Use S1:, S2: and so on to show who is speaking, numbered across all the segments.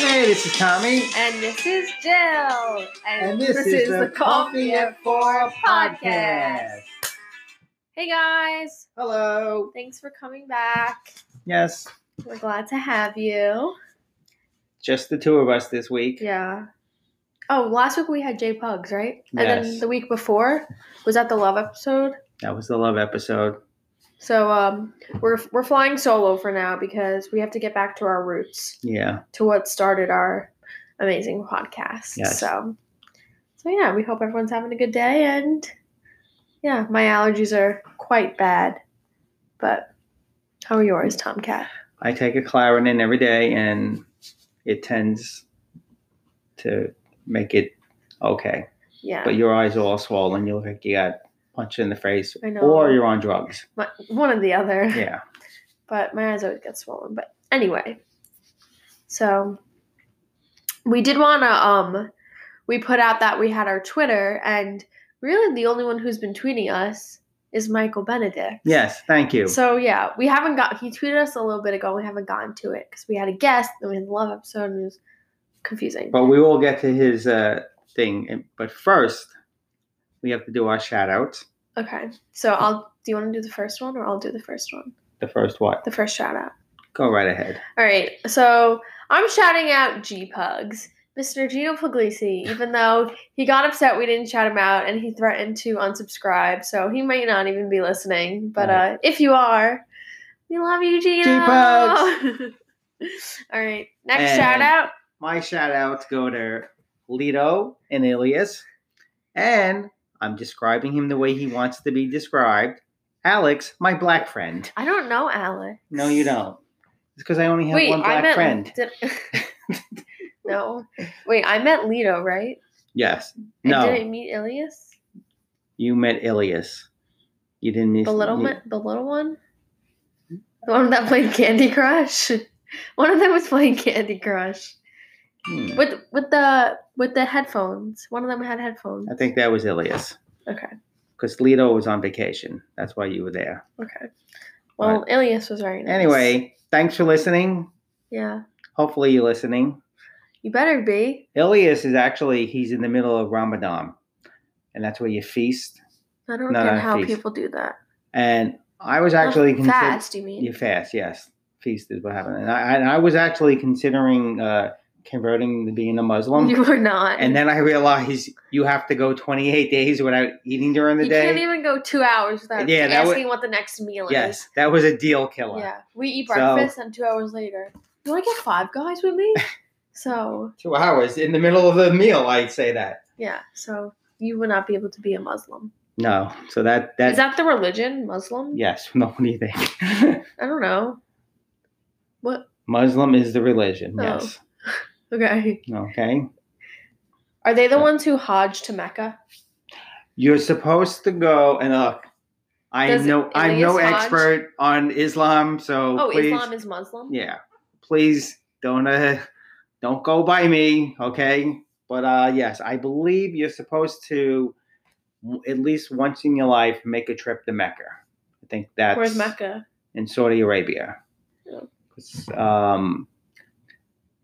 S1: This is Tommy,
S2: And this is Jill. And,
S1: and this, is, the Coffee and Four podcast.
S2: Hey guys,
S1: Hello.
S2: thanks for coming back.
S1: Yes,
S2: We're glad to have you.
S1: just the two of us this week.
S2: Yeah. Oh, last week we had J Pugs, right? And
S1: Yes.
S2: then the week before was that the love episode.
S1: That was the love episode.
S2: So um, we're we're flying solo for now because we have to get back to our roots,
S1: Yeah.
S2: to what started our amazing podcast.
S1: Yes.
S2: So, so yeah, we hope everyone's having a good day, and yeah, my allergies are quite bad, but how are yours, Tomcat?
S1: I take a Claritin every day, and it tends to make it okay.
S2: Yeah,
S1: But your eyes are all swollen. You look like you got punched in the face,
S2: I know.
S1: or you're on drugs.
S2: my, one or the other.
S1: Yeah.
S2: but my eyes always get swollen. But anyway, so we did want to um we put out that we had our Twitter, and really the only one who's been tweeting us is Michael Benedict.
S1: Yes. Thank you.
S2: So yeah, we haven't got. He tweeted us a little bit ago. and We haven't gotten to it because we had a guest, and we had the love episode, and it was confusing.
S1: But we will get to his uh, thing. And- But first, we have to do our shout outs.
S2: Okay, so I'll. Do you want to do the first one, or I'll do the first one,
S1: The first what?
S2: the first shout out?
S1: Go right ahead.
S2: All right, so I'm shouting out G Pugs, Mr. Gino Puglisi, even though he got upset we didn't shout him out and he threatened to unsubscribe, so he might not even be listening. But uh, if you are, we love you, Gino.
S1: G-Pugs.
S2: All right, next
S1: And-
S2: shout out.
S1: My shout outs go to Leto and Ilias. And I'm describing him the way he wants to be described. Alex, my black friend.
S2: I don't know Alex.
S1: No, you don't. It's because I only have
S2: Wait,
S1: one
S2: I
S1: black
S2: meant
S1: friend.
S2: did- no, wait, I met Leto, right?
S1: Yes.
S2: And
S1: No,
S2: did I meet Ilias,
S1: you met Ilias. You didn't meet
S2: the little
S1: you-
S2: one, the little one, the one that played Candy Crush. One of them was playing Candy Crush
S1: Hmm.
S2: with with the with the headphones. One of them had headphones.
S1: I think that was Ilias.
S2: Okay.
S1: Because Leto was on vacation. That's why you were there.
S2: Okay. Well, Ilias was very nice.
S1: Anyway, thanks for listening.
S2: Yeah,
S1: Hopefully you're listening.
S2: you better be.
S1: Ilias is actually he's in the middle of Ramadan, and that's where you feast.
S2: I don't
S1: No,
S2: get
S1: no,
S2: how
S1: feast.
S2: people do that.
S1: And I was actually
S2: Not
S1: consider-
S2: Oh, fast. You mean?
S1: You fast, yes. Feast is what happened. And I, and I was actually considering uh, converting to being a Muslim.
S2: you were not.
S1: and then I realized you have to go 28 days without eating during the
S2: you
S1: day.
S2: can't even go two hours without
S1: Yeah, that would-
S2: asking what the next meal is.
S1: yes, that was a deal killer.
S2: Yeah, we eat
S1: So-
S2: breakfast and two hours later. You want to get five guys with me? so
S1: Two hours in the middle of the meal, I'd say that.
S2: yeah, so you would not be able to be a Muslim.
S1: No, so that
S2: Is
S1: that,
S2: that the religion, Muslim?
S1: yes. No, what do you think?
S2: I don't know. What?
S1: Muslim is the religion.
S2: Oh.
S1: Yes.
S2: Okay.
S1: Okay.
S2: Are they the
S1: Yeah.
S2: ones who Hajj to Mecca?
S1: You're supposed to go and look. I
S2: Does
S1: know I'm
S2: Elias
S1: no
S2: Hodge-
S1: expert on Islam, so
S2: Oh,
S1: please,
S2: Islam is Muslim.
S1: yeah, please don't uh, don't go by me, okay? But uh, yes, I believe you're supposed to w- at least once in your life make a trip to Mecca. I think that's
S2: Where's Mecca?
S1: in Saudi Arabia.
S2: Yeah.
S1: 'Cause, Um,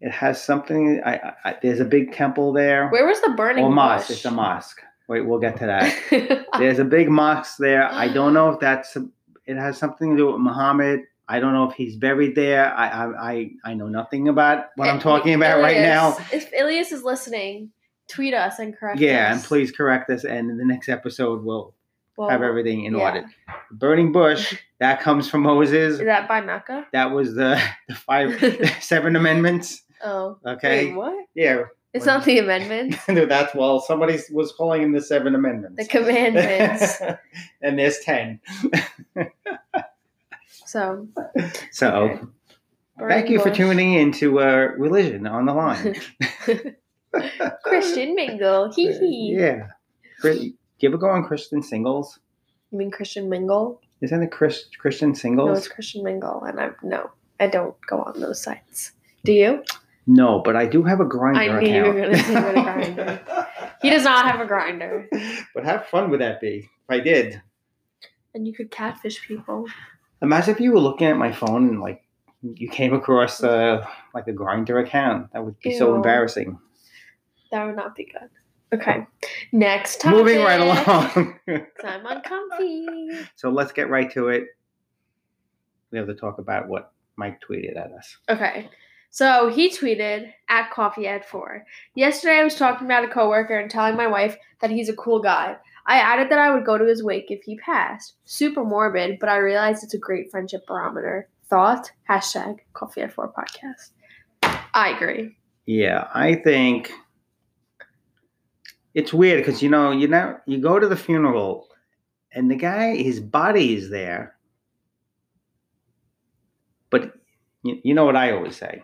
S1: it has something. I, I, I there's a big temple there.
S2: Where was the burning
S1: or mosque?
S2: bush?
S1: It's a mosque. Wait, we'll get to that. There's a big mosque there. I don't know if that's it has something to do with Muhammad. I don't know if he's buried there. I I I, I know nothing about what I'm talking about right now.
S2: Ilias- If Ilias is listening, tweet us and correct us.
S1: Yeah, and please correct us. And in the next episode, we'll
S2: Well,
S1: have everything in
S2: Oh, yeah.
S1: order. Burning bush that comes from Moses.
S2: Is that by Mecca?
S1: That was the, the five seven amendments.
S2: Oh.
S1: Okay,
S2: Wait, what?
S1: yeah,
S2: It's
S1: Well,
S2: not the amendments,
S1: that's well. Somebody was calling them the seven amendments.
S2: the commandments.
S1: and there's ten.
S2: So
S1: So.
S2: Okay.
S1: Thank you for tuning in to uh, Religion on the Line.
S2: Christian Mingle. Hee hee.
S1: Uh, yeah. Chris, do you ever go on Christian singles?
S2: You mean Christian Mingle?
S1: Isn't it Chris, Christian
S2: No, it's
S1: singles?
S2: Christian Mingle, and I no, I don't go on those sites. Do you?
S1: No, but I do have a grinder
S2: I knew you were
S1: account.
S2: gonna say what a Grindr. He does not have a grinder,
S1: But how fun would that be if I did?
S2: and you could catfish people.
S1: Imagine if you were looking at my phone and like you came across uh, like a grinder account. That would be so
S2: Ew.
S1: embarrassing.
S2: That would not be good. Okay. Next topic.
S1: Moving right along.
S2: I'm uncomfy.
S1: so let's get right to it. We have to talk about what Mike tweeted at us.
S2: Okay. So he tweeted at coffee at four. Yesterday I was talking about a coworker and telling my wife that he's a cool guy. I added that I would go to his wake if he passed. Super morbid, but I realized it's a great friendship barometer. Thought hashtag coffee at four podcast. I agree.
S1: Yeah, I think it's weird because you know you know you go to the funeral, and the guy his body is there, but you, you know what I always say: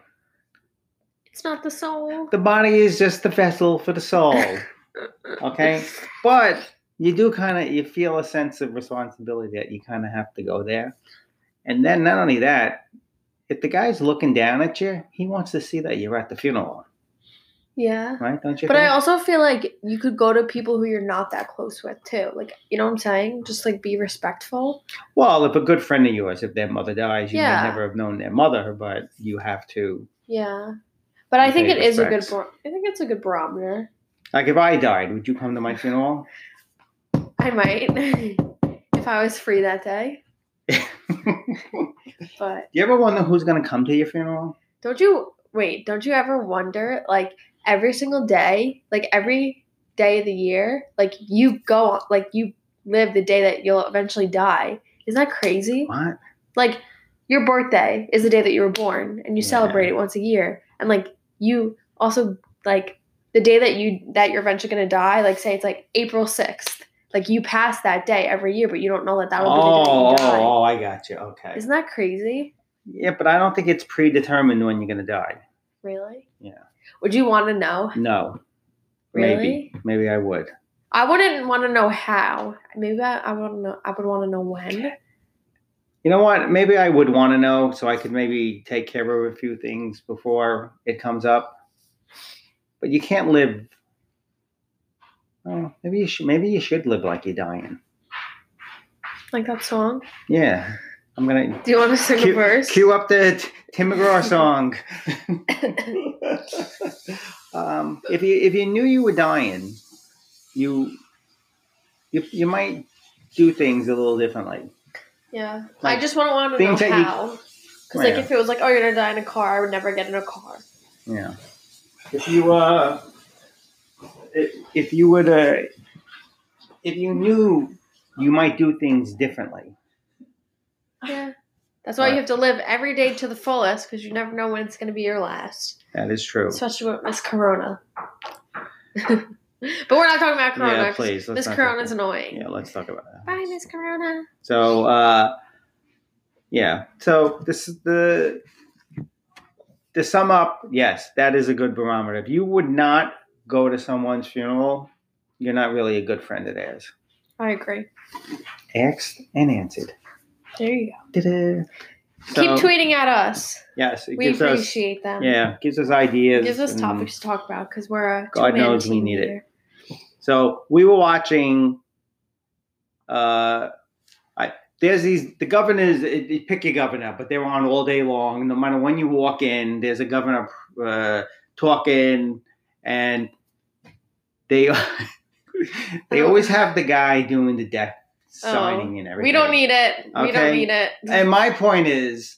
S2: It's not the soul.
S1: the body is just the vessel for the soul. okay, but you do kind of you feel a sense of responsibility that you kind of have to go there, and then not only that, if the guy's looking down at you, he wants to see that you're at the funeral,
S2: Yeah.
S1: right? Don't you?
S2: But I
S1: think?
S2: also feel like you could go to people who you're not that close with too. Like, you know what I'm saying? Just like be respectful.
S1: Well, if a good friend of yours, if their mother dies, you
S2: Yeah.
S1: may never have known their mother, but you have to.
S2: Yeah. But I think
S1: Okay,
S2: it is a good.
S1: respect.
S2: Bar- I think it's a good barometer.
S1: Like if I died, would you come to my funeral?
S2: I might if I was free that day. But
S1: you ever wonder who's going to come to your funeral?
S2: don't you wait? Don't you ever wonder like every single day, like every day of the year, like you go on, like you live the day that you'll eventually die. Isn't that crazy?
S1: What?
S2: like your birthday is the day that you were born and you
S1: Yeah.
S2: celebrate it once a year and like you also like the day that you that you're eventually going to die like say it's like april 6th like you pass that day every year but you don't know that that will
S1: Oh, oh,
S2: be the day that you die
S1: oh, I got you. Okay.
S2: isn't that crazy
S1: yeah, but I don't think it's predetermined when you're going to die.
S2: really
S1: Yeah.
S2: would you want to know
S1: No.
S2: really
S1: Maybe. Maybe I would.
S2: i wouldn't want to know how maybe i, I want to know i would want to know when
S1: You know what? Maybe I would want to know so I could maybe take care of a few things before it comes up. But you can't live. Oh, maybe you should. Maybe you should live like you're dying.
S2: like that song
S1: Yeah, I'm gonna
S2: do you want to sing a
S1: cue,
S2: verse
S1: cue up the T- Tim McGraw song. um, if you if you knew you were dying, you you, you might do things a little differently.
S2: Yeah.
S1: Like,
S2: I just wouldn't want to know
S1: things that you-
S2: how. Because, like,
S1: Yeah.
S2: if it was like, oh, you're going to die in a car, I would never get in a car.
S1: Yeah. If you uh, if, if you would uh, if you knew you might do things differently.
S2: Yeah. That's why you
S1: Right.
S2: have to live every day to the fullest because you never know when it's going to be your last.
S1: That is true.
S2: Especially with Miss Corona. but we're not talking about Corona.
S1: Yeah,
S2: 'cause
S1: please. let's
S2: Miss
S1: not talk
S2: Corona's
S1: about-
S2: annoying.
S1: Yeah, let's talk about that.
S2: Bye, Miss Corona.
S1: So uh yeah. So this is the to sum up, yes, that is a good barometer. If you would not go to someone's funeral, you're not really a good friend of theirs.
S2: I agree.
S1: Asked and answered.
S2: There you go.
S1: Ta-da. So,
S2: Keep tweeting at us.
S1: Yes, it
S2: We
S1: gives us
S2: appreciate them.
S1: yeah, gives us ideas.
S2: Um, Gives us
S1: and-
S2: topics to talk about because we're a
S1: God
S2: two-man
S1: knows we
S2: team
S1: need it.
S2: here.
S1: So we were watching. Uh, I there's these the governors. It, it- pick your governor, but they're on all day long. No matter when you walk in, there's a governor uh, talking, and they they always have the guy doing the death signing and everything.
S2: Oh, We don't need it. We don't
S1: Okay.
S2: need it.
S1: And my point is.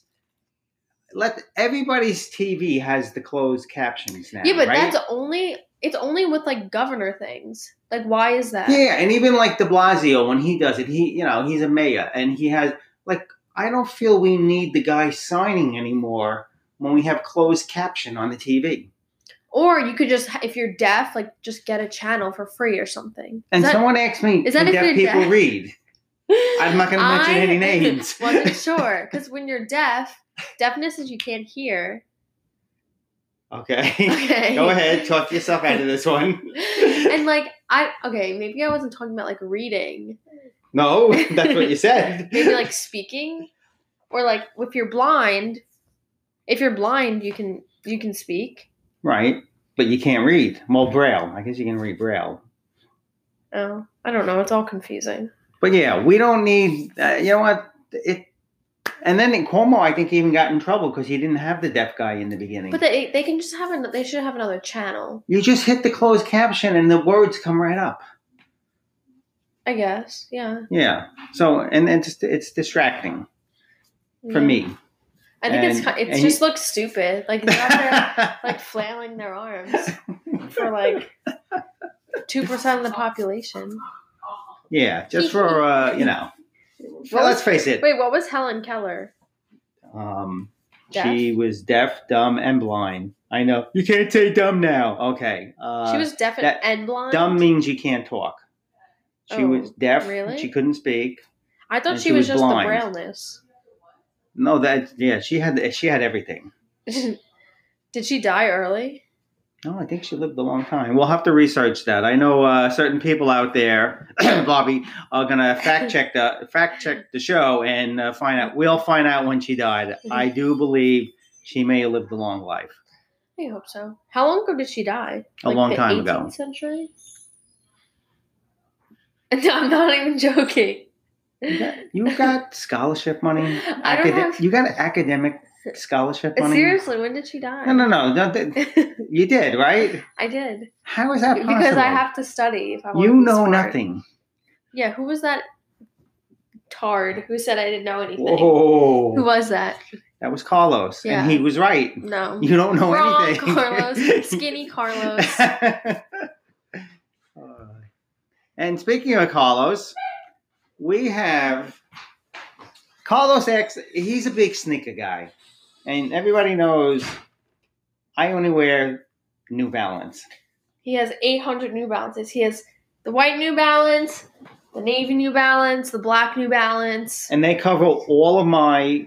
S1: Let everybody's TV has the closed captions now.
S2: Yeah, but
S1: right?
S2: that's only it's only with like governor things. Like why is that?
S1: Yeah, and even like De Blasio when he does it, he you know he's a mayor and he has like I don't feel we need the guy signing anymore when we have closed caption on the TV.
S2: Or you could just if you're deaf, like just get a channel for free or something. Is
S1: And
S2: that-
S1: someone asked me,
S2: is that
S1: "Can
S2: if
S1: deaf
S2: you're
S1: people
S2: deaf?"
S1: read?" I'm not gonna mention any names.
S2: wasn't sure because when you're deaf, deafness is you can't hear.
S1: Okay,
S2: Okay.
S1: go ahead, talk yourself out of this one.
S2: and like I okay, maybe I wasn't talking about like reading,
S1: No, that's what you said.
S2: maybe like speaking, or like if you're blind. If you're blind, you can you can speak.
S1: right, but you can't read. Well, braille. I guess you can read braille.
S2: Oh, I don't know. It's all confusing.
S1: But yeah, we don't need. Uh, you know what? It And then in Cuomo, I think, even got in trouble because he didn't have the deaf guy in the beginning.
S2: But they they can just have an, they should have another channel.
S1: you just hit the closed caption and the words come right up.
S2: I guess. Yeah.
S1: Yeah. So and it's just, it's distracting
S2: Yeah.
S1: for me.
S2: I think it's
S1: And-
S2: ki-
S1: and
S2: it just looks stupid. Like they're out there like flailing their arms for like two percent of the population.
S1: yeah, just for uh, you know. Well, let's face it.
S2: Wait, what was Helen Keller?
S1: Um,
S2: Deaf?
S1: she was deaf, dumb, and blind. I know you can't say dumb now. Okay. Uh,
S2: she was deaf and,
S1: that-
S2: and blind.
S1: dumb means you can't talk. She
S2: Oh,
S1: was deaf.
S2: really?
S1: She couldn't speak.
S2: I thought
S1: and
S2: she,
S1: she
S2: was,
S1: was
S2: just
S1: blind.
S2: the brailleness.
S1: No, that yeah, she had she had everything.
S2: Did she die early?
S1: No, Oh, I think she lived a long time. We'll have to research that. I know uh, certain people out there, Bobby, are gonna fact check the fact check the show and uh, find out. We'll find out when she died. I do believe she may have lived a long life.
S2: I hope so. How long ago did she die?
S1: A long time ago.
S2: 18th Century. No, I'm not even joking.
S1: You got, you got scholarship money.
S2: I don't have-
S1: You got academic scholarship money.
S2: Seriously, when did she die?
S1: No, no, no. don't th- you did right.
S2: I did
S1: How is that possible?
S2: because I have to study. If I want
S1: You
S2: to be
S1: know
S2: smart.
S1: nothing.
S2: Yeah, who was that tard who said I didn't know anything?
S1: Whoa.
S2: Who was that?
S1: that was Carlos,
S2: Yeah.
S1: and he was right.
S2: No.
S1: You don't know
S2: Wrong,
S1: anything.
S2: Carlos. Skinny Carlos.
S1: and speaking of Carlos, we have Carlos X. He's a big sneaker guy, and everybody knows I only wear New Balance.
S2: He has 800 New Balances. He has the white New Balance, the navy New Balance, the black New Balance,
S1: And they cover all of my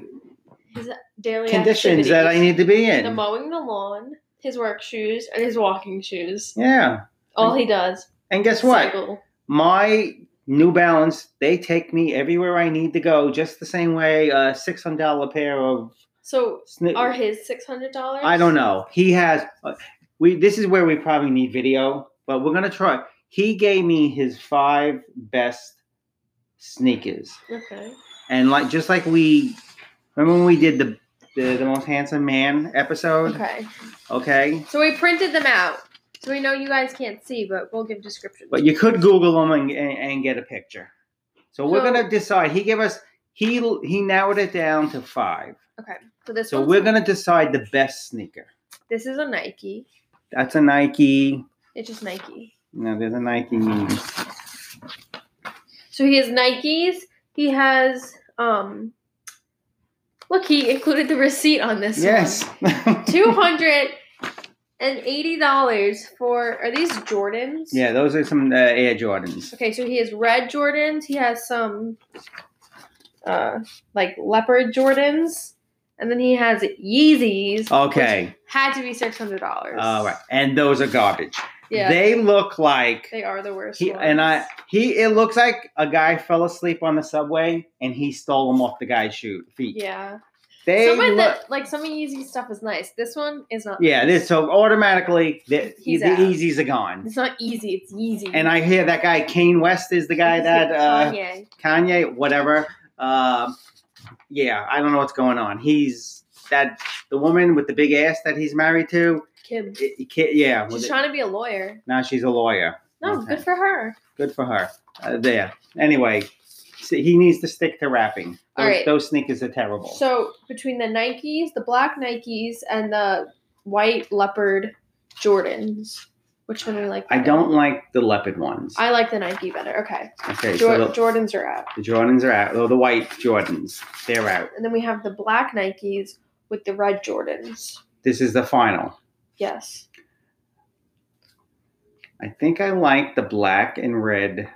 S2: daily
S1: conditions that I
S2: activities,
S1: need to be
S2: The
S1: in.
S2: mowing the lawn, his work shoes, and his walking shoes.
S1: Yeah.
S2: All he does.
S1: And guess what?
S2: Cycle.
S1: my New Balance, they take me everywhere I need to go, just the same way a six hundred dollar pair of
S2: So
S1: sni-
S2: are his six hundred dollars?
S1: I don't know. He has. uh, we this is where we probably need video, but we're gonna try. He gave me his five best sneakers,
S2: Okay.
S1: and like just like we remember when we did the the, the most handsome man episode.
S2: Okay.
S1: Okay,
S2: So we printed them out. So we know you guys can't see, but we'll give descriptions.
S1: but you could Google them and, and, and get a picture. So we're
S2: So-
S1: gonna decide. He gave us. He he narrowed it down to five.
S2: okay. So this
S1: So
S2: one's
S1: we're gonna decide the best sneaker.
S2: this is a Nike.
S1: That's a Nike.
S2: It's just Nike.
S1: No, there's a Nike meme.
S2: So he has Nikes. He has um. Look, he included the receipt on this.
S1: Yes.
S2: Two hundred and eighty dollars for are these Jordans?
S1: yeah, those are some uh, Air Jordans.
S2: Okay, so he has red Jordans. He has some, uh, like leopard Jordans, and then he has Yeezys.
S1: Okay.
S2: which had to be six hundred dollars.
S1: Oh. All right. And those are garbage.
S2: Yeah, they,
S1: They look like
S2: are the worst.
S1: he
S2: ones.
S1: and I. He. It looks like a guy fell asleep on the subway and he stole them off the guy's shoe feet.
S2: Yeah,
S1: They
S2: some of
S1: look.
S2: the like some of Yeezy stuff is nice. This one is not.
S1: yeah. This so automatically the
S2: He's
S1: the
S2: out.
S1: Yeezys are gone.
S2: It's not easy. It's Yeezy.
S1: And I hear that guy Kane West is the guy that uh,
S2: Kanye.
S1: Kanye, whatever. Uh, yeah, I don't know what's going on. He's that the woman with the big ass that he's married to.
S2: Kim.
S1: It, it can't- yeah, with
S2: She's
S1: it-
S2: trying to be a lawyer.
S1: now she's a lawyer.
S2: No,
S1: Okay.
S2: good for her.
S1: Good for her. Uh, there. Anyway, so he needs to stick to rapping. Those,
S2: All right.
S1: those sneakers are terrible.
S2: So between the Nikes, the black Nikes, and the white leopard Jordans, which one do we like?
S1: I
S2: better?
S1: don't like the leopard ones.
S2: I like the Nike better. Okay,
S1: okay,
S2: Jor-
S1: so the,
S2: Jordans are out,
S1: the Jordans are out. Oh, the white Jordans, they're out.
S2: and then we have the black Nikes with the red Jordans.
S1: This is the final.
S2: Yes.
S1: I think I like the black and red.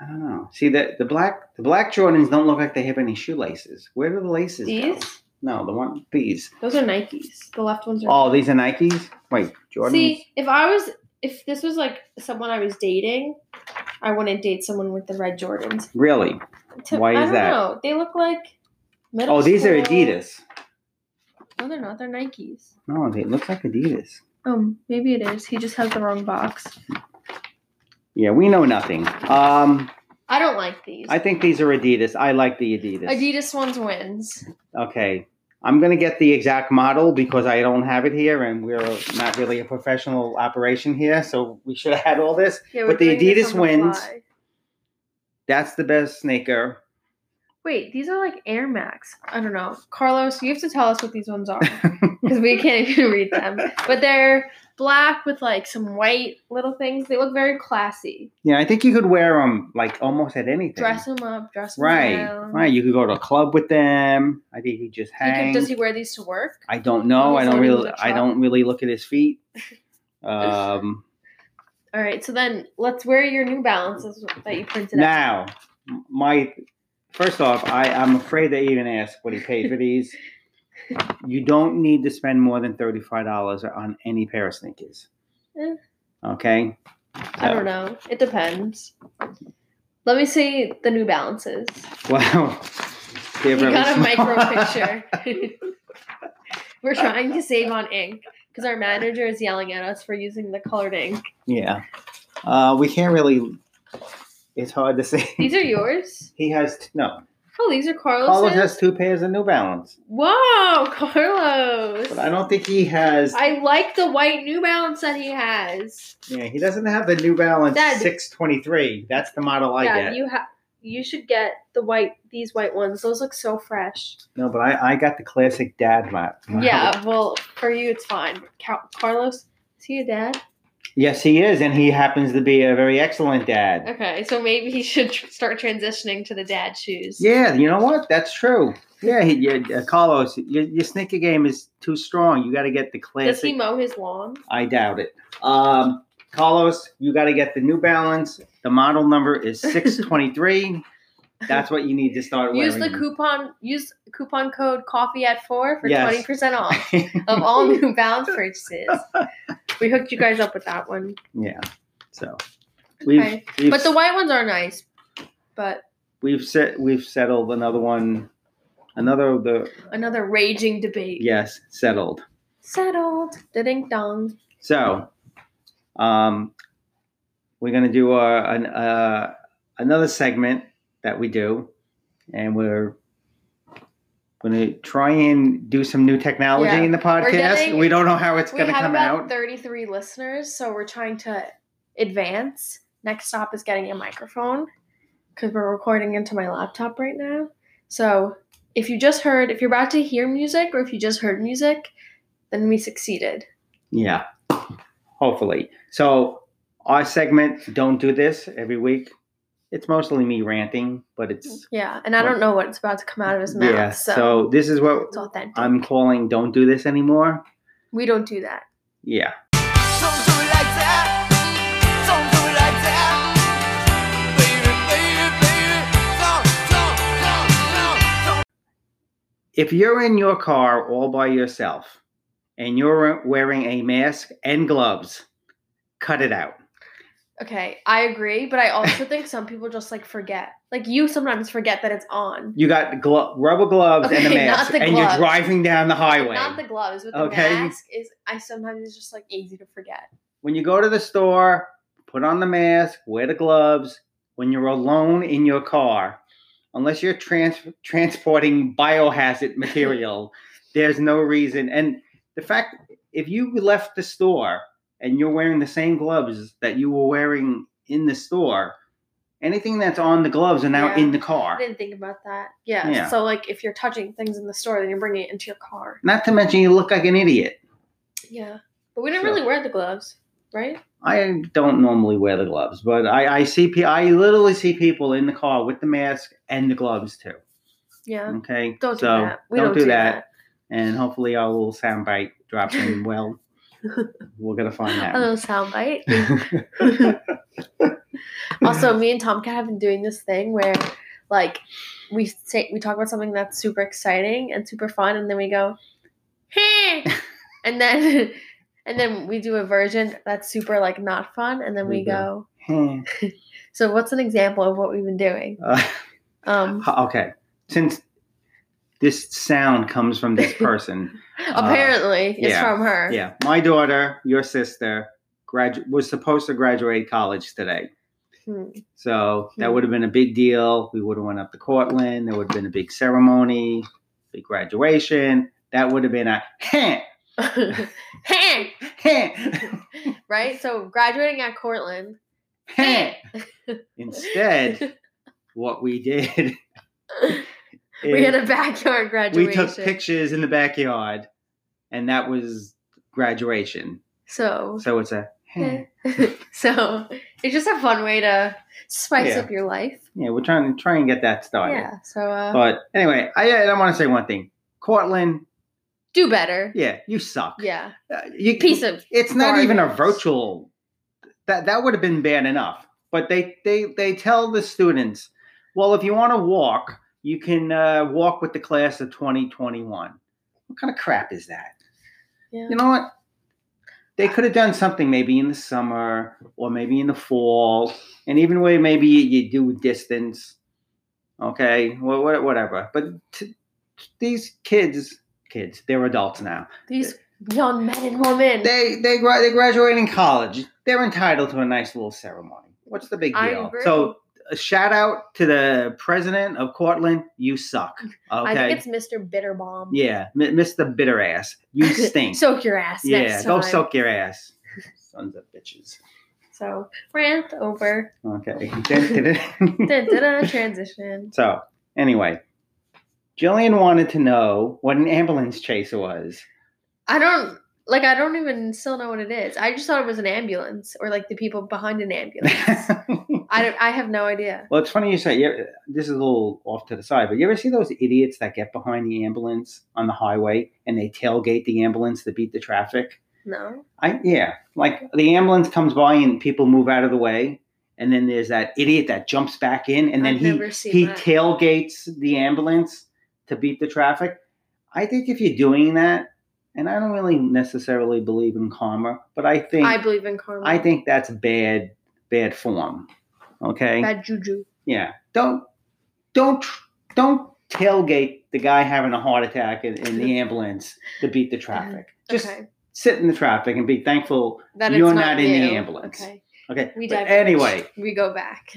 S1: I don't know. See the the black the black Jordans don't look like they have any shoelaces. Where do the laces go?
S2: These?
S1: No, the one these.
S2: Those are Nikes. The left ones are.
S1: Oh, these are Nikes. Wait, Jordans.
S2: See, if I was, if this was like someone I was dating, I wouldn't date someone with the red Jordans.
S1: Really?
S2: To-
S1: Why
S2: I
S1: is
S2: don't
S1: that?
S2: know. They look like middle
S1: Oh, these are
S2: school-
S1: Adidas.
S2: No, they're not. They're Nikes.
S1: No, they look like Adidas.
S2: Um, maybe it is. He just has the wrong box.
S1: Yeah, we know nothing. Um,
S2: I don't like these.
S1: I think these are Adidas. I like the Adidas.
S2: Adidas ones wins.
S1: Okay. I'm going to get the exact model because I don't have it here and we're not really a professional operation here. So we should have had all this.
S2: Yeah, we're
S1: But the
S2: doing this
S1: Adidas
S2: on the
S1: wins.
S2: fly.
S1: That's the best sneaker.
S2: Wait, these are like Air Max. I don't know, Carlos. You have to tell us what these ones are because we can't even read them. But they're black with like some white little things. They look very classy.
S1: Yeah, I think you could wear them like almost at anything.
S2: Dress them up. Dress them
S1: right.
S2: down.
S1: Right. You could go to a club with them. I think you just
S2: He could-
S1: hang.
S2: does he wear these to work?
S1: I don't know.
S2: Does
S1: I don't
S2: he
S1: really
S2: look
S1: I
S2: sharp?
S1: don't really look at his feet. Um
S2: All right, so then let's wear your New Balances that you printed out.
S1: Now, m- my first off, I, I'm afraid they even asked what he paid for these. you don't need to spend more than thirty-five dollars on any pair of sneakers.
S2: Eh.
S1: Okay.
S2: I don't know. It depends. Let me see the New Balances.
S1: Wow. They're
S2: You
S1: very
S2: got a
S1: small.
S2: micro picture. We're trying to save on ink because our manager is yelling at us for using the colored ink.
S1: yeah. Uh, we can't really. It's hard to see.
S2: These are yours.
S1: He has t- no.
S2: Oh, these are Carlos's.
S1: Carlos has two pairs of New Balance,
S2: Whoa, Carlos!
S1: but I don't think he has.
S2: I like the white New Balance that he has.
S1: yeah, he doesn't have the New Balance
S2: Dad.
S1: six twenty-three. That's the model I
S2: yeah,
S1: get.
S2: you have. You should get the white. These white ones. Those look so fresh.
S1: No, but I, I got the classic dad mod.
S2: Yeah. Well, for you, it's fine. Cal- Carlos, is he a dad?
S1: Yes, he is, and he happens to be a very excellent dad.
S2: Okay, so maybe he should tr- start transitioning to the dad shoes.
S1: Yeah, you know what? That's true. Yeah, he, yeah, uh, Carlos, your, your sneaker game is too strong. You got to get the
S2: Does he
S1: classic.
S2: mow his lawn?
S1: I doubt it. Um, Carlos, you got to get the New Balance. The model number is six twenty three. That's what you need to start
S2: Use the
S1: wearing.
S2: coupon. Use coupon code Coffee at Four for
S1: Yes.
S2: twenty percent off of all New Balance purchases. We hooked you guys up with that one,
S1: yeah. So we've,
S2: Okay.
S1: we've
S2: but the white ones are nice. But
S1: we've set we've settled another one. Another of the
S2: another raging debate.
S1: yes settled.
S2: Settled. Da ding dong.
S1: So, um, we're going to do our, an, uh, another segment that we do, and we're going to try and do some new technology
S2: Yeah.
S1: in the podcast.
S2: getting-
S1: we don't know how it's
S2: We
S1: going to
S2: have
S1: come
S2: about
S1: out.
S2: thirty-three listeners, so we're trying to advance. Next stop is getting a microphone because we're recording into my laptop right now. So if you just heard, if you're about to hear music, or if you just heard music, then we succeeded.
S1: yeah, hopefully. So, our segment, Don't Do This, every week. It's mostly me ranting, but it's.
S2: Yeah, and I don't know what's about to come out of his mouth,
S1: Yeah,
S2: so,
S1: so this is what
S2: it's authentic.
S1: I'm calling Don't Do This Anymore.
S2: we don't do that.
S1: Yeah.
S3: Don't do it like that. Don't do it like that. Baby, baby, baby. Don't, don't, don't, don't.
S1: if you're in your car all by yourself and you're wearing a mask and gloves, cut it out.
S2: Okay, I agree, but I also think some people just like forget. Like you sometimes forget that it's on.
S1: You got glo- rubber gloves and a
S2: Okay, not
S1: mask,
S2: the
S1: and you're
S2: gloves.
S1: driving down the highway.
S2: Not the gloves, but the
S1: Okay.
S2: mask is I sometimes it's just like easy to forget.
S1: when you go to the store, put on the mask, wear the gloves. When you're alone in your car, unless you're trans- transporting biohazard material, there's no reason. And the fact, if you left the store and you're wearing the same gloves that you were wearing in the store, anything that's on the gloves are now
S2: Yeah.
S1: in the
S2: I
S1: car.
S2: didn't think about that. Yeah.
S1: Yeah.
S2: So like if you're touching things in the store, then you're bringing it into your car.
S1: Not to mention, you look like an idiot.
S2: Yeah. But we didn't
S1: So-
S2: really wear the gloves, right?
S1: I don't normally wear the gloves, but I, I see, pe- I literally see people in the car with the mask and the gloves too.
S2: Yeah.
S1: Okay.
S2: Don't
S1: Mm. so
S2: do that. We
S1: don't, do that. And hopefully our little soundbite drops in well. We're gonna find
S2: A
S1: out.
S2: little soundbite.
S1: yeah.
S2: also, me and Tomcat have been doing this thing where, like, we say we talk about something that's super exciting and super fun, and then we go, "Hey," and then and then we do a version that's super like not fun, and then we
S1: We do.
S2: go. So, what's an example of what we've been doing?
S1: Uh,
S2: Um,
S1: okay. Since this sound comes from this person,
S2: apparently, it's
S1: Uh, yeah,
S2: from her.
S1: yeah, my daughter, your sister, gradu- was supposed to graduate college today.
S2: Hmm.
S1: So that
S2: Hmm.
S1: would have been a big deal. We would have went up to Cortland. There would have been a big ceremony, big graduation. That would have been a heh,
S2: Hmm. Hey,
S1: heh,
S2: right? So graduating at Cortland.
S1: heh. Instead, what we did,
S2: we had
S1: is
S2: a backyard graduation.
S1: we took pictures in the backyard, and that was graduation.
S2: So,
S1: So it's a heh.
S2: so it's just a fun way to spice
S1: Yeah.
S2: up your life.
S1: yeah. We're trying to try and get that started.
S2: Yeah. So uh,
S1: But anyway, I, I want to say one thing, Cortland.
S2: do better.
S1: Yeah, you suck.
S2: Yeah.
S1: Uh, you,
S2: Piece of
S1: It's not even a
S2: garbage.
S1: virtual. That that would have been bad enough. But they they they tell the students, well, if you want to walk, you can uh, walk with the class of 2021. What kind of crap is that?
S2: Yeah.
S1: You know what? They could have done something maybe in the summer or maybe in the fall, and even way maybe you, you do distance. Okay, wha- wha- whatever. But t- t- these kids, kids, they're adults now
S2: These young men and women.
S1: they they gra- they graduate in college. They're entitled to a nice little ceremony. What's the big
S2: I
S1: deal?
S2: agree.
S1: So a shout out to the president of Cortland. You suck.
S2: I
S1: Okay.
S2: think it's Mr. Bitterbomb.
S1: yeah, M- Mr. Bitter Ass. You stink.
S2: Soak your ass.
S1: yeah,
S2: Next
S1: go
S2: time.
S1: soak your ass. Sons of bitches.
S2: So rant over.
S1: Okay. Dun, dun, dun.
S2: Dun, dun, dun, transition.
S1: so anyway, Jillian wanted to know what an ambulance chaser was.
S2: I don't like. I don't even still know what it is. I just thought it was an ambulance or like the people behind an ambulance. I don't. I have no idea.
S1: Well, it's funny you say. You, this is a little off to the side, but you ever see those idiots that get behind the ambulance on the highway and they tailgate the ambulance to beat the traffic?
S2: No.
S1: I yeah, like the ambulance comes by and people move out of the way, and then there's that idiot that jumps back in, and then
S2: I've
S1: he
S2: never seen
S1: he
S2: that.
S1: tailgates the ambulance to beat the traffic. I think if you're doing that, and I don't really necessarily believe in karma, but I think
S2: I believe in karma.
S1: I think that's bad bad form. Okay,
S2: bad juju.
S1: yeah. Don't don't tr- don't tailgate the guy having a heart attack in, in the ambulance to beat the traffic. Just
S2: okay.
S1: sit in the traffic and be thankful.
S2: That
S1: you're
S2: it's
S1: not in the
S2: you.
S1: ambulance.
S2: Okay.
S1: Okay.
S2: We
S1: but
S2: diverge.
S1: anyway,
S2: we go back.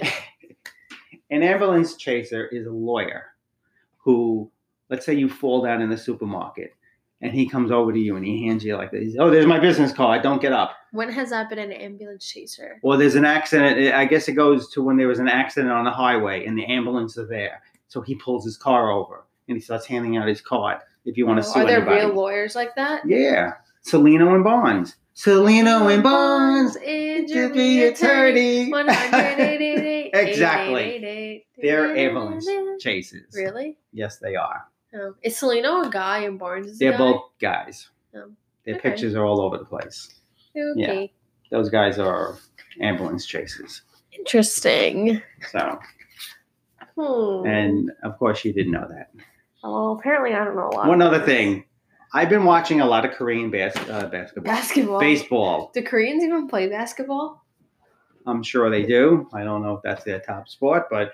S1: an ambulance chaser is a lawyer who, let's say, you fall down in the supermarket, and he comes over to you and he hands you like this. Oh, there's my business card. Don't get up.
S2: When has that been an ambulance chaser?
S1: Or there's an accident. I guess it goes to when there was an accident on the highway and the ambulance are there. So he pulls his car over and he starts handing out his card if you want to
S2: No.
S1: sue
S2: Oh, Are there
S1: anybody.
S2: real lawyers like that?
S1: yeah. Celino and Bonds. Celino and Bonds. To be attorney.
S2: 188.
S1: Exactly.
S2: 888.
S1: They're ambulance chases.
S2: Really?
S1: Yes, they are.
S2: Oh. Is Celino a guy and Barnes is a
S1: They're
S2: guy?
S1: both guys.
S2: Oh,
S1: Their
S2: okay.
S1: pictures are all over the place.
S2: Okay.
S1: Those guys are ambulance chasers.
S2: Interesting.
S1: So,
S2: Hmm.
S1: and of course, you didn't know that.
S2: well, apparently I don't know a lot.
S1: One
S2: about
S1: other
S2: this.
S1: thing. I've been watching a lot of Korean bas- uh, basketball.
S2: Basketball.
S1: Baseball.
S2: Do Koreans even play basketball?
S1: I'm sure they do. I don't know if that's their top sport, but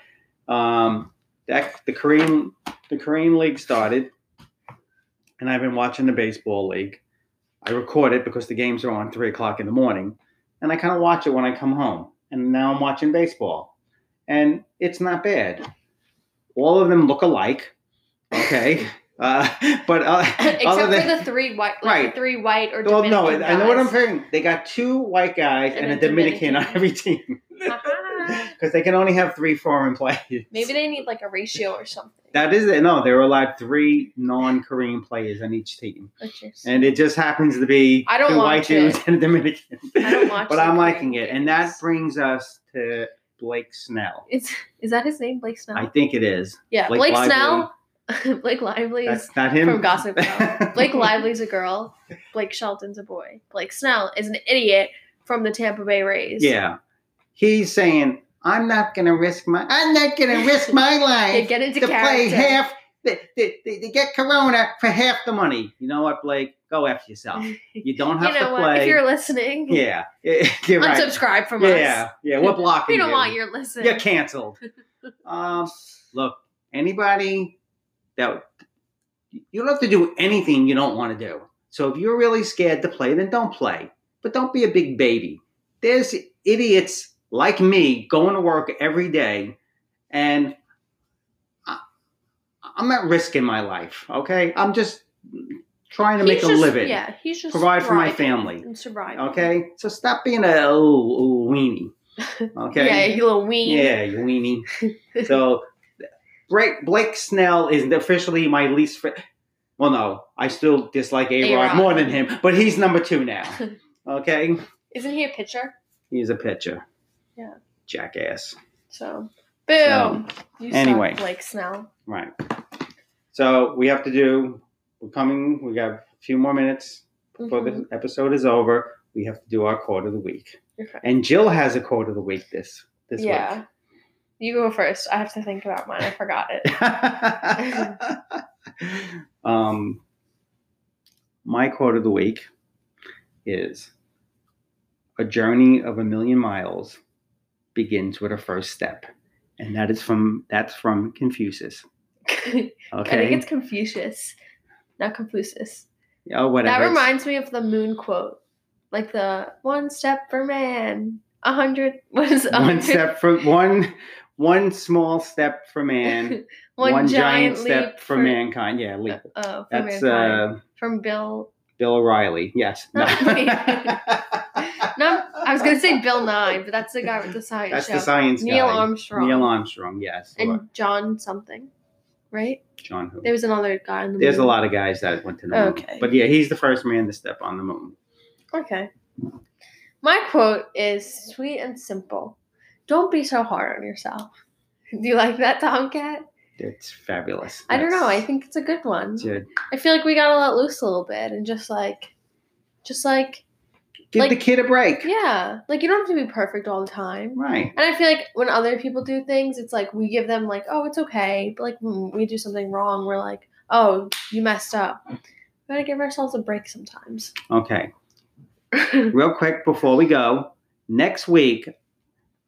S1: um, that the Korean the Korean league started, and I've been watching the baseball league. I record it because the games are on three o'clock in the morning, and I kind of watch it when I come home. And now I'm watching baseball, and it's not bad. All of them look alike, okay. Uh, but uh, other
S2: Except
S1: than,
S2: for the three white, like
S1: Right.
S2: the three white or
S1: well, no,
S2: Dominican
S1: I know what I'm
S2: guys.
S1: saying. They got two white guys and,
S2: And
S1: a
S2: a
S1: Dominican, on
S2: Dominican.
S1: every team.
S2: Aha.
S1: Because they can only have three foreign players.
S2: Uh-huh. Maybe they need like a ratio or something.
S1: that is it. No, they're allowed three non-Korean players on each team,
S2: Which is-
S1: and it just happens to be
S2: I don't
S1: two white
S2: watch it.
S1: dudes and a Dominican.
S2: I don't watch
S1: but
S2: the
S1: I'm
S2: Korean
S1: liking it,
S2: games.
S1: and that brings us to Blake Snell.
S2: It's is that his name, Blake Snell?
S1: I think it is.
S2: yeah,
S1: Blake
S2: Blake,
S1: Lively.
S2: Snell. Blake Lively is
S1: That's not him.
S2: from Gossip Girl. Blake Lively's a girl. Blake Shelton's a boy. Blake Snell is an idiot from the Tampa Bay Rays.
S1: Yeah, he's saying, "I'm not gonna risk my. I'm not gonna risk my life."
S2: Yeah, get into
S1: to play
S2: character.
S1: half. They, they, they, they get Corona for half the money. You know what, Blake? Go after yourself.
S2: Mm-hmm.
S1: You don't
S2: you
S1: have
S2: know
S1: to
S2: what? If
S1: play.
S2: you're listening,
S1: yeah, you're right.
S2: unsubscribe from
S1: Yeah,
S2: us.
S1: yeah. We're blocking.
S2: We don't
S1: you.
S2: want your listen.
S1: You're canceled. um, look, anybody that you don't have to do anything you don't want to do. So if you're really scared to play, then don't play. But don't be a big baby. There's idiots like me going to work every day and I, I'm not risking my life, okay? I'm just trying to make
S2: He's
S1: a
S2: just-
S1: living,
S2: Yeah, he's just
S1: provide for my
S2: thriving
S1: family,
S2: and surviving.
S1: okay? So stop being a oh, oh, weenie, okay?
S2: Yeah, you little weenie.
S1: Yeah, you weenie. so Blake, Blake Snell is officially my least fa- Well, no, I still dislike A Rod
S2: A-Rod.
S1: more than him, but he's number two now. Okay,
S2: Isn't he a pitcher?
S1: he's a pitcher.
S2: Yeah.
S1: Jackass.
S2: So, boom.
S1: So,
S2: you
S1: anyway.
S2: suck, Blake Snell.
S1: Right. So we have to do. We're coming. We got a few more minutes before
S2: Mhm.
S1: this episode is over. We have to do our quote of the week.
S2: Okay.
S1: And Jill has a quote of the week this this
S2: yeah. You go first. I have to think about mine. I forgot it.
S1: um, my quote of the week is A journey of a million miles begins with a first step. And that is from that's from Confucius.
S2: I think
S1: Okay.
S2: it's Confucius, not Confucius.
S1: Oh, whatever.
S2: That
S1: It's-
S2: reminds me of the moon quote, like the one step for man, a hundred. What is a
S1: one
S2: hundred?
S1: step for one one small step for man,
S2: one,
S1: giant, step
S2: leap
S1: for, mankind. Yeah, leap.
S2: Oh, for
S1: That's
S2: mankind.
S1: uh,
S2: from Bill.
S1: Bill O'Reilly. Yes. No.
S2: No, I was gonna say Bill Nye, but that's the guy with the science
S1: That's
S2: show.
S1: the science
S2: Neil
S1: guy.
S2: Armstrong.
S1: Neil Armstrong, yes.
S2: and John something, right?
S1: John who?
S2: There was another guy in the
S1: There's a
S2: movie.
S1: lot of guys that went to the moon.
S2: Okay.
S1: But yeah, he's the first man to step on the moon.
S2: Okay. My quote is sweet and simple. Don't be so hard on yourself. Do you like that, Tomcat?
S1: It's fabulous.
S2: I don't know. I
S1: That's-
S2: think it's a good one.
S1: Dude,
S2: I feel like we gotta let loose a little bit and just like, just like,
S1: give
S2: Like-
S1: the kid a break.
S2: yeah, like you don't have to be perfect all the time.
S1: Right.
S2: And I feel like when other people do things, it's like we give them like, oh, it's okay. But like when we do something wrong, we're like, oh, you messed up. We gotta give ourselves a break sometimes.
S1: Okay. Real quick before we go, next week,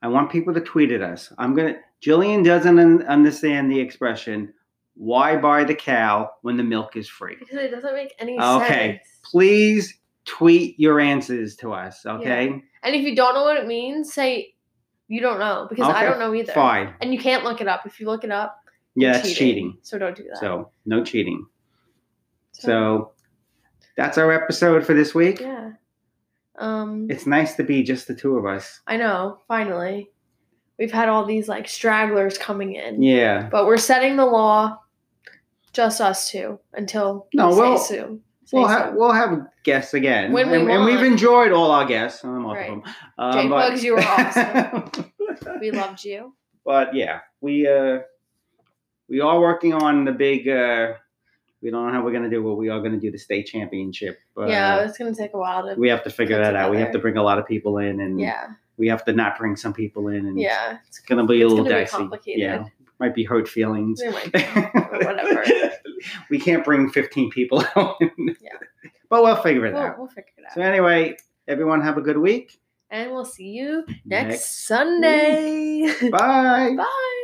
S1: I want people to tweet at us. I'm gonna. Jillian doesn't un- understand the expression "Why buy the cow when the milk is free."
S2: because it doesn't make any
S1: Ah, Okay.
S2: sense.
S1: Please tweet your answers to us. Okay.
S2: And if you don't know what it means, say you don't know because I
S1: Okay,
S2: don't know either.
S1: Fine.
S2: And you can't look it up. If you look it up,
S1: Yeah,
S2: you're
S1: that's cheating.
S2: So don't do that.
S1: So no cheating. So that's our episode for this week.
S2: yeah. Um,
S1: It's nice to be just the two of us.
S2: I know. Finally, we've had all these like stragglers coming in,
S1: Yeah.
S2: but we're setting the law just us two until
S1: No,
S2: we say
S1: we'll-
S2: soon. Say
S1: We'll have
S2: soon.
S1: we'll have guests again,
S2: When we
S1: and, and we've
S2: want.
S1: enjoyed all our guests. i
S2: Right.
S1: of them. Um,
S2: Jake
S1: but-
S2: Bugs, you were awesome. we loved you.
S1: but yeah, we uh, we are working on the big. Uh, we don't know how we're gonna do, but we are gonna do the state championship. Uh,
S2: yeah, it's gonna take a while to.
S1: we have to figure
S2: Put
S1: that out. We have to
S2: together.
S1: bring a lot of people in, and
S2: yeah,
S1: we have to not bring some people in, and
S2: yeah. It's
S1: it's gonna be a
S2: It's
S1: little
S2: gonna be
S1: dicey.
S2: complicated.
S1: Yeah, might be hurt feelings.
S2: we might or whatever.
S1: we can't bring 15 people out.
S2: Yeah.
S1: But we'll figure it
S2: We'll,
S1: out.
S2: we'll figure it out.
S1: So, anyway, everyone have a good week.
S2: and we'll see you next,
S1: Next
S2: Sunday.
S1: Bye.
S2: Bye.